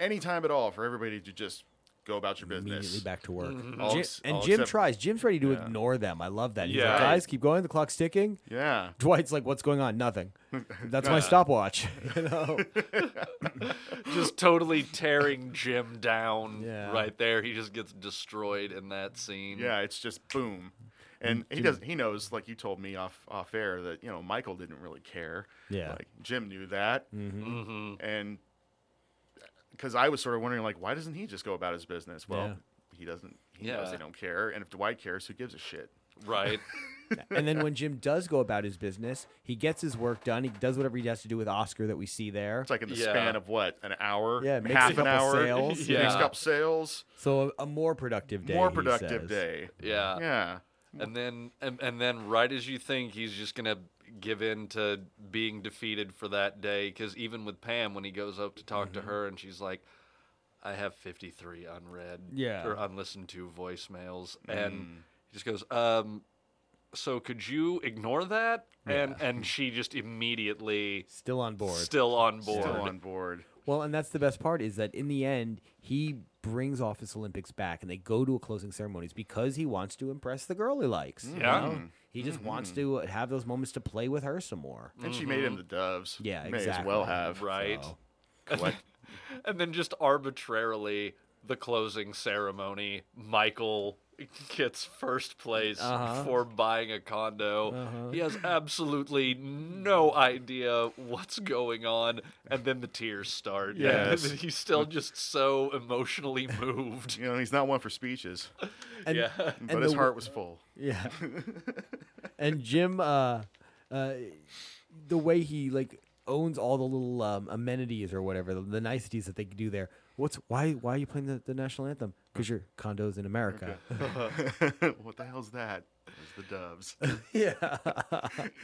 any time at all for everybody to just go about your
Immediately
business.
back to work.
All
Jim-
ex-
and
all
Jim
except-
tries. Jim's ready to ignore them. I love that. He's
Yeah.
like, guys, keep going. The clock's ticking.
Yeah.
Dwight's like, what's going on? Nothing. That's my stopwatch. you know?
Just totally tearing Jim down
Yeah.
right there. He just gets destroyed in that scene.
Yeah, it's just boom. And he does. He knows, like you told me off off air, that you know Michael didn't really care.
Yeah.
like Jim knew that, mm-hmm. and because I was sort of wondering, like, why doesn't he just go about his business? Well,
Yeah.
he doesn't. He knows they
Yeah.
don't care, and if Dwight cares, who gives a shit?
Right.
and then when Jim does go about his business, he gets his work done. He does whatever he has to do with Oscar that we see there.
It's like in the
Yeah.
span of what an hour,
Yeah, makes a
half an
couple
hour,
sales.
yeah. makes a
Yeah.
couple sales,
so a, a more productive day.
more
he
productive
says.
day.
Yeah.
yeah.
And then and, and then right as you think he's just gonna give in to being defeated for that day, because even with Pam, when he goes up to talk
Mm-hmm.
to her and she's like, "I have fifty three unread
Yeah.
or unlistened to voicemails,"
Mm.
and he just goes, um. So could you ignore that? And and she just immediately
Still on board.
still on board.
Still on board.
Well, and that's the best part is that in the end, he brings Office Olympics back and they go to a closing ceremonies because he wants to impress the girl he likes.
Mm.
you
Yeah.
know? He just
Mm-hmm.
wants to have those moments to play with her some more.
And she made
Mm-hmm.
him the doves.
Yeah,
may as
exactly.
well have
Right.
So-
collect-
And then just arbitrarily, the closing ceremony, Michael gets first place
Uh-huh.
for buying a condo. He has absolutely no idea what's going on. And then the tears start.
Yes.
And he's still just so emotionally moved.
You know, he's not one for speeches,
And,
Yeah.
and
but his
the-
heart was full.
Yeah. and Jim, uh, uh, the way he like owns all the little um, amenities or whatever, the, the niceties that they do there. What's why? Why are you playing the, the national anthem?
Mm-hmm.
Because your condo's in America.
what the hell's that? It's the doves.
yeah.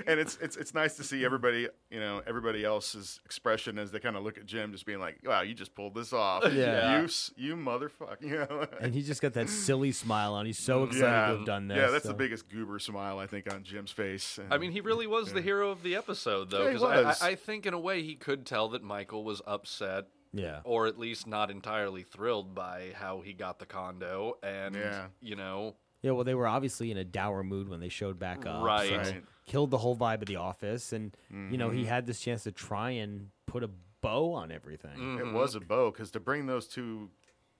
and it's it's it's nice to see everybody, you know, everybody else's expression as they kind of look at Jim, just being like, "Wow, you just pulled this off.
Yeah.
you s- you motherfucker." You know.
And he's just got that silly smile on. He's so excited to have done this.
yeah, that's
so.
the biggest goober smile I think on Jim's face.
I mean, he really was the hero of the episode, though,
Yeah, he
because I,
was.
I, I think in a way he could tell that Michael was upset,
Yeah.
or at least not entirely thrilled by how he got the condo, and
Yeah.
you know,
Yeah. Well, they were obviously in a dour mood when they showed back up.
Right.
so
Right. Mm-hmm.
Killed the whole vibe of the office, and you know he had this chance to try and put a bow on everything.
mm-hmm.
it was a bow because to bring those two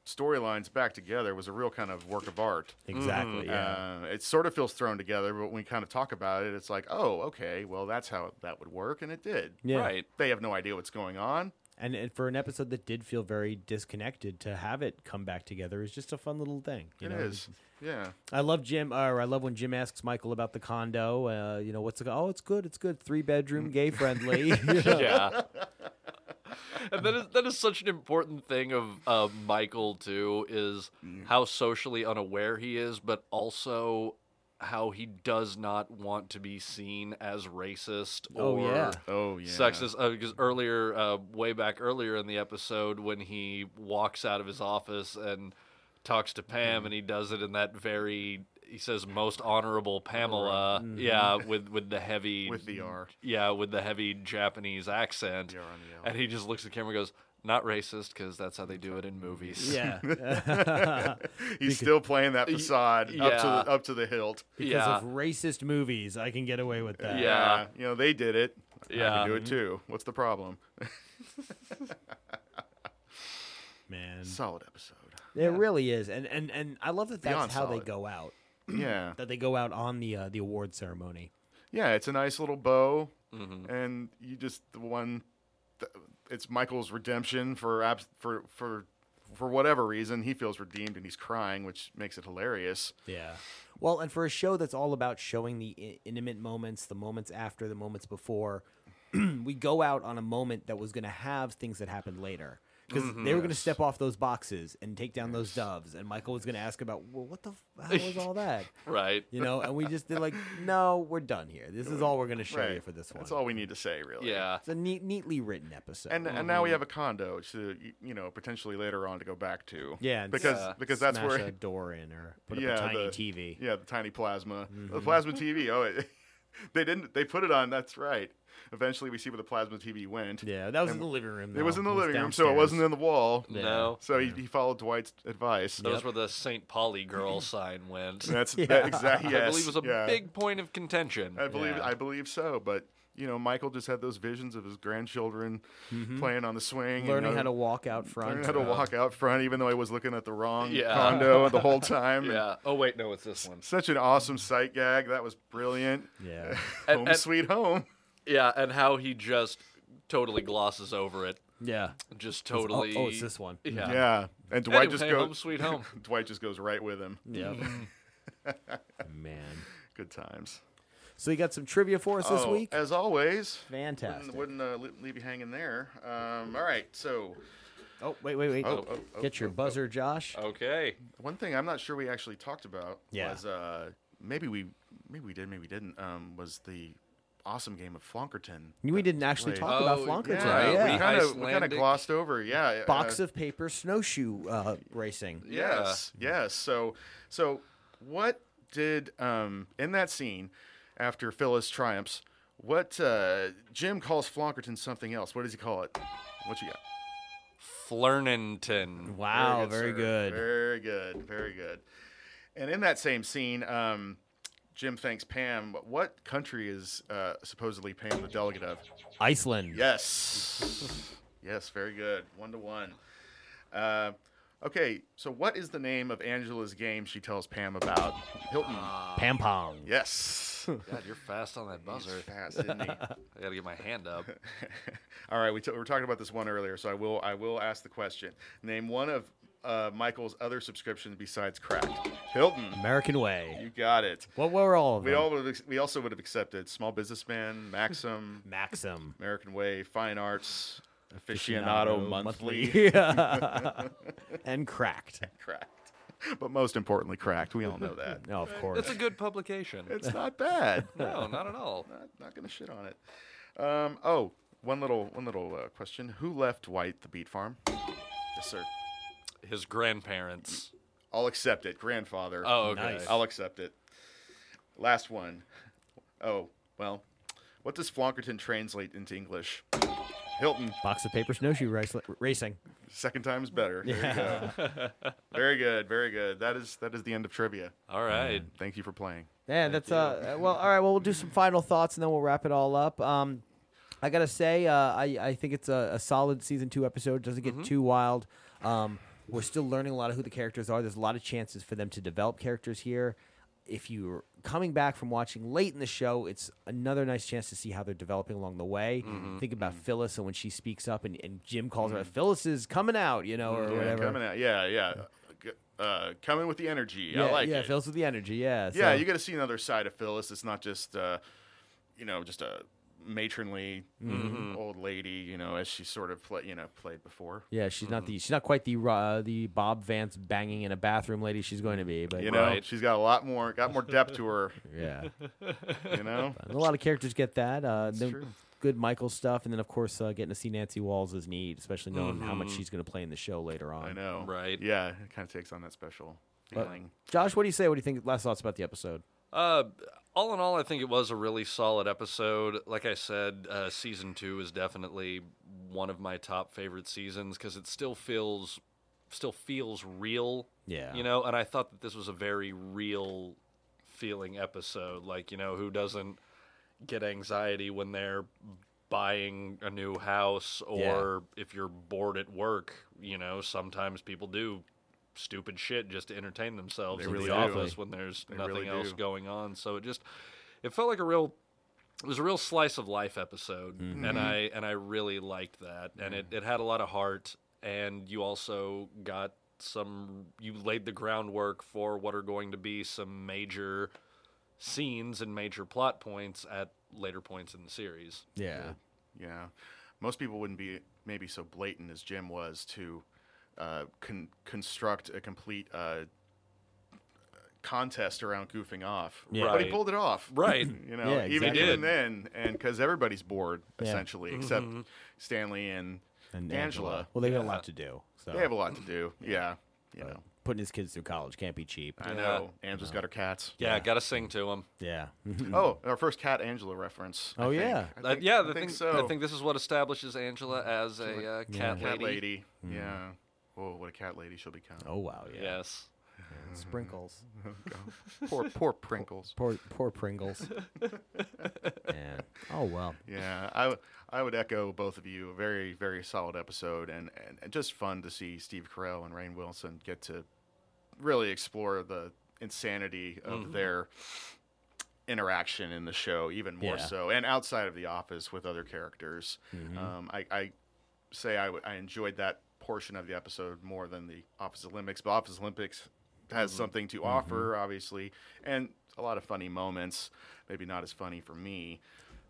storylines back together was a real kind of work of art.
Exactly. Yeah.
Uh, it sort of feels thrown together, but when we kind of talk about it, it's like, oh, okay, well, that's how that would work, and it did.
yeah.
right.
They have no idea what's going on.
and, and for an episode that did feel very disconnected to have it come back together is just a fun little thing you
It
know
is. Yeah.
i love jim or i love when jim asks michael about the condo uh, you know what's the oh it's good it's good three
Mm.
bedroom gay friendly
yeah. And that is that is such an important thing of uh, Michael too is
Mm.
how socially unaware he is, but also how he does not want to be seen as racist
Oh,
or
yeah.
Oh yeah.
sexist. uh, Because earlier, uh, way back earlier in the episode, when
Mm.
he walks out of his office and talks to Pam, and he does it in that very he says most honorable Pamela. Yeah,
Mm-hmm.
with with the heavy
with the R.
yeah with the heavy Japanese accent.
You're on the L.
And he just looks at the camera, and goes, "Not racist, because that's how they do it in movies."
Yeah. Because
He's still playing that facade up to
yeah.
the, up to the hilt.
yeah.
of racist movies, I can get away with that.
Yeah.
you know they did it. I
Yeah.
can do it too. What's the problem?
Man.
Solid episode.
It really is. And and and I love that that's
Beyond
how they
solid.
go out.
Yeah,
That they go out on the uh, the award ceremony.
yeah. It's a nice little bow,
Mm-hmm.
and you just the one. th- It's Michael's redemption for abs- for for for whatever reason he feels redeemed and he's crying, which makes it hilarious.
Yeah. Well, and for a show that's all about showing the i- intimate moments, the moments after, the moments before, we go out on a moment that was going to have things that happened later. Because
Mm-hmm.
they were going to step off those boxes and take down those doves, and Michael was going to ask about, well, what the f- how was all that,
Right.
you know? And we just did like, no, we're done here. This is all we're going to show you
Right
for this one.
That's all we need to say, really.
Yeah.
It's a neat, neatly written episode.
And, and
Mm-hmm.
now we have a condo to y- you know potentially later on to go back to
yeah, and
because
s-
because that's
smash
where
a door in or put up
yeah,
a tiny
the,
TV.
Yeah, the tiny plasma.
Mm-hmm.
The plasma TV. Oh, it, they didn't. They put it on. That's right. Eventually, we see where the plasma TV went.
Yeah, that was in
And
the living room.
It was
though.
in the living room, so it wasn't
downstairs.
in the wall.
No.
So he, he followed Dwight's advice.
Those were the St. Pauli girl sign went.
That's
Yeah.
that exactly. Yes,
I believe it was a
yeah.
big point of contention.
I believe.
Yeah.
I believe so. But you know, Michael just had those visions of his grandchildren playing on the swing,
Mm-hmm. learning
and,
how
uh,
to walk out front.
learning how to walk out front, even though I was looking at the wrong
Yeah.
condo the whole time. and
yeah. Oh wait, no, it's this one.
Such an awesome sight gag. That was brilliant.
Yeah.
Home
and-
sweet home.
Yeah, and how he just totally glosses over it.
Yeah.
Just totally.
oh, it's this one.
Yeah.
Yeah, and Dwight
Anyway,
just
home
goes.
sweet home.
Dwight just goes right with him.
Yeah. Man.
Good times.
So you got some trivia for us this
Oh,
week?
as always.
Fantastic.
Wouldn't, wouldn't uh, le- leave you hanging there. Um, all right, so
oh, wait, wait, wait.
Oh, oh, oh,
Get your
oh,
buzzer, Josh.
Okay.
one thing I'm not sure we actually talked about
Yeah.
was uh, maybe we maybe we did, maybe we didn't. Um, was the awesome game of Flonkerton?
We didn't actually
Wait.
talk about
Oh,
Flonkerton.
yeah.
Yeah.
we
Yeah.
kind of we kind of
Icelandic-
glossed over. Yeah, uh,
Box of paper snowshoe uh, racing.
Yeah.
Yes, yes. So, so what did um in that scene after Phyllis triumphs? What uh, Jim calls Flonkerton something else? What does he call it? What you got?
Flernington.
Wow, very
sir.
good.
Very good. Very good. And in that same scene, um, Jim thanks Pam. What country is uh, supposedly Pam the delegate of?
Iceland.
Yes. yes, very good. One to one. Uh, okay, so what is the name of Angela's game she tells Pam about? Hilton.
Pam Pong.
yes.
God, you're fast on that
He's
buzzer.
fast, isn't he?
I gotta get my hand up.
All right, we, t- we were talking about this one earlier, so I will I will ask the question. Name one of uh, Michael's other subscriptions besides Cracked. Hilton.
American Way.
You got it.
What were all of
We
them?
all would have, we also would have accepted Small Businessman, Maxim,
Maxim.
American Way, Fine Arts,
Aficionado
Aficionado Monthly.
Yeah. and cracked.
cracked. But most importantly, cracked. We all know that.
No, of course.
It's a good publication.
It's not bad.
No, not at all.
Not, not gonna shit on it. Um, oh, one little one little uh, question. Who left White the Beet Farm? Yes, sir.
His grandparents.
I'll accept it. Grandfather.
Oh, okay.
Nice.
I'll accept it. Last one. Oh, well. What does Flonkerton translate into English? Hilton.
Box of paper snowshoe race- racing.
Second time's better. There you go. very good. Very good. That is that is the end of trivia.
All right.
Thank you for playing.
Yeah, that's uh. Well, all right. Well, we'll do some final thoughts and then we'll wrap it all up. Um, I gotta say, uh, I I think it's a, a solid season two episode. Doesn't
Mm-hmm.
get too wild. Um, we're still learning a lot of who the characters are. There's a lot of chances for them to develop characters here. If you're coming back from watching late in the show, it's another nice chance to see how they're developing along the way.
Mm-hmm.
Think about Phyllis and when she speaks up and, and Jim calls her, Phyllis is coming out, you know, or
Mm-hmm. Yeah,
whatever.
Coming out. Yeah, yeah. G- Uh, coming with the energy.
Yeah,
I like
yeah,
it.
Phyllis with the energy. Yeah,
yeah,
so-
you got to see another side of Phyllis. It's not just, uh, you know, just a matronly
Mm-hmm.
old lady, you know, as she sort of play, you know, played before.
Yeah, she's not
Mm-hmm.
the she's not quite the uh, the Bob Vance banging in a bathroom lady she's going to be, but
You know,
Right.
she's got a lot more, got more depth to her.
yeah,
You know,
And a lot of characters get that. Uh, the
true.
good Michael stuff, and then of course uh, getting to see Nancy Walls is neat, especially knowing how much she's going to play in the show later on.
Mm-hmm. I know.
Right.
Yeah, it kind of takes on that special feeling.
Josh, what do you say? What do you think? Last thoughts about the episode?
Uh, all in all, I think it was a really solid episode. Like I said, uh, season two is definitely one of my top favorite seasons because it still feels, still feels real.
Yeah.
You know, and I thought that this was a very real feeling episode. Like you know, who doesn't get anxiety when they're buying a new house or if you're bored at work? You know, sometimes people do stupid shit just to entertain themselves
They
in
really
the
do.
office when there's
They
nothing
really
else
do.
going on. So it just it felt like a real it was a real slice of life episode
Mm-hmm.
and I and I really liked that. And it, it had a lot of heart and you also got some you laid the groundwork for what are going to be some major scenes and major plot points at later points in the series.
Yeah.
Yeah, most people wouldn't be maybe so blatant as Jim was to uh, con- construct a complete uh, contest around goofing off.
Yeah.
but he
Right.
pulled it off.
Right.
You know,
Yeah,
even
exactly.
even then, and because everybody's bored
Yeah. Oh.
essentially, except Stanley and,
And
Angela.
Well, they've got a lot to do. So Uh,
They have a lot to do. Yeah, you know.
putting his kids through college can't be cheap.
I know. Angela's got her cats.
Yeah, gotta sing to him.
yeah.
Oh, our first cat Angela reference. I
Mm-hmm. Oh,
think.
yeah.
I
Uh,
think-
yeah,
I
the
think
thing,
so.
I think this is what establishes Angela as a uh, cat,
cat
lady.
lady.
Mm-hmm.
Yeah. Whoa, what a cat lady she'll become.
oh wow. Yeah.
Yes.
Sprinkles.
Poor, poor Prinkles.
Poor poor Pringles. Man. Oh well.
Yeah, I, w- I would echo both of you. A very, very solid episode, and, and, and just fun to see Steve Carell and Rain Wilson get to really explore the insanity of their interaction in the show, even more
Yeah.
so, and outside of the office with other characters. Um, I, I say I, w- I enjoyed that portion of the episode more than the Office Olympics, but Office Olympics has something to offer, obviously, and a lot of funny moments. Maybe not as funny for me.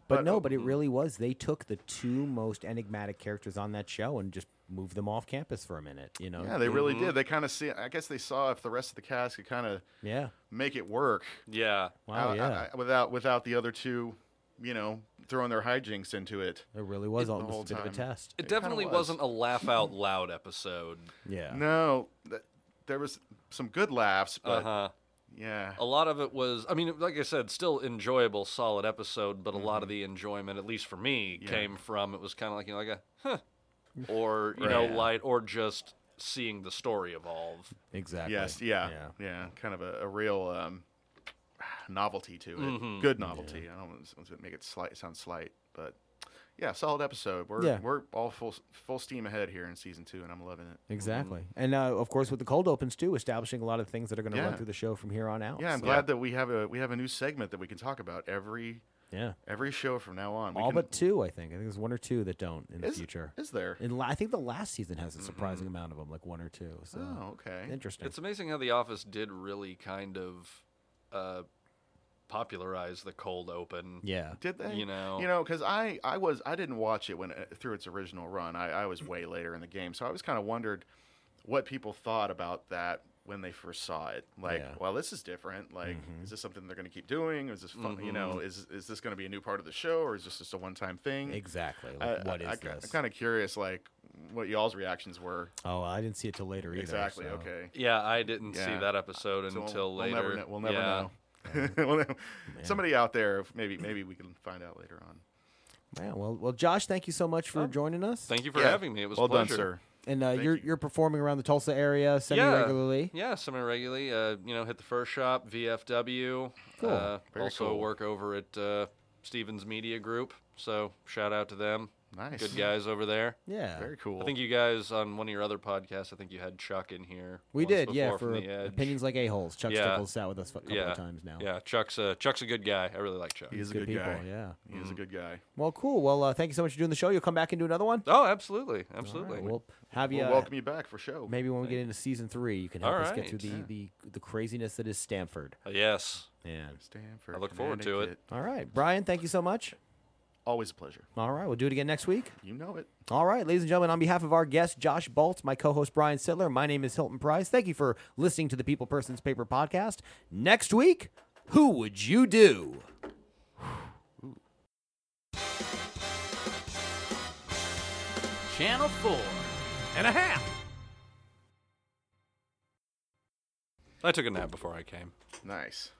But no,
mm-hmm.
but it really was. They took the two most enigmatic characters on that show and just moved them off campus for a minute. You know.
Yeah, they really
mm-hmm.
did. They kind of see. I guess they saw if the rest of the cast could kind of
Yeah.
make it work.
Yeah.
Wow.
out-
yeah.
out- without without the other two, you know, throwing their hijinks into it.
it really was
the
almost
whole
a bit of
time.
a test.
It,
It kinda
definitely
was.
was. not a laugh out loud episode.
Yeah.
No, th- there was some good laughs, but
Uh huh.
yeah,
A lot of it was, I mean, like I said, still enjoyable, solid episode, but a lot of
Mm-hmm.
the enjoyment, at least for me, came from it was kind of like, you know, like a, huh. Or, you know,
Right.
light, or just seeing the story evolve.
Exactly.
yes, yeah,
Yeah.
yeah, kind of a, a real um, novelty to it. Good novelty. I don't want to make it slight sound slight, but yeah, solid episode. We're
Yeah.
we're all full full steam ahead here in season two, and I'm loving it.
Exactly. And uh, of course, with the cold opens too, establishing a lot of things that are going to run
Yeah.
through the show from here on out.
Yeah,
Oh,
I'm
So-
glad that we have a we have a new segment that we can talk about every
Yeah.
every show from now on. We
All
can-
but two, I think. I think there's one or two that don't in the
is,
future.
Is there?
And la- I think the last season has a surprising amount of them, like one or two. So
oh, okay.
interesting.
It's amazing how The Office did really kind of uh, popularize the cold open.
yeah.
Did they?
You know.
you know, because I, I was I didn't watch it when it, through its original run. I, I
Mm.
was way later in the game, so I was kind of wondered what people thought about that when they first saw it. Like,
Yeah. Mm-hmm.
well, this is different. Like, is this something they're going to keep doing? Is this fun? You know, is is this going to be a new part of the show, or is this just a one time thing?
Exactly.
I,
Like, what is
I,
this?
am kind of curious, like what y'all's reactions were.
oh, I didn't see it till later either.
exactly.
so-
Okay.
Yeah, I didn't see
Yeah.
that episode
So we'll-
until
we'll
later.
never kn- We'll never,
Yeah.
know. We'll never- Somebody out there, if- maybe maybe we can find out later on.
Yeah, well, well, Josh, thank you so much for joining us.
Thank you for
Yeah.
having me. It was a
well done,
pleasure.
sir.
and uh, you're
you.
you're performing around the Tulsa area semi regularly.
Yeah, semi regularly. Uh, you know, hit the first shop, VFW.
Cool.
Uh,
Very
also
cool.
work over at uh, Stevens Media Group. So shout out to them.
Nice.
Good guys over there.
Yeah.
Very cool.
I think you guys on one of your other podcasts. I think you had Chuck in here.
we
once
did, yeah,
before
for
from the edge.
opinions like a holes. Chuck
Yeah.
Stickles sat with us a couple
yeah.
of times now.
Yeah, Chuck's a Chuck's a good guy. I really like Chuck.
He is a
Good
good,
people,
guy.
yeah.
He is a good guy.
Well, cool. Well, uh, thank you so much for doing the show. You'll come back and do another one.
Oh,
All
absolutely,
right,
absolutely.
We'll have you.
We'll
uh,
welcome you back for show.
Maybe when we get into season three, you can help
All
us get through the,
right.
the the craziness that is Stanford.
Uh, yes.
Man.
Stanford.
I look forward to it.
Connecticut.
All right, Brian. Thank you so much.
Always a pleasure.
All right, we'll do it again next week.
You know it.
All right, ladies and gentlemen, on behalf of our guest, Josh Bolt, my co host, Brian Sittler, my name is Hilton Price. Thank you for listening to the People Persons Paper podcast. Next week, who would you do?
Channel 4 and a half.
I took a nap before I came.
Nice.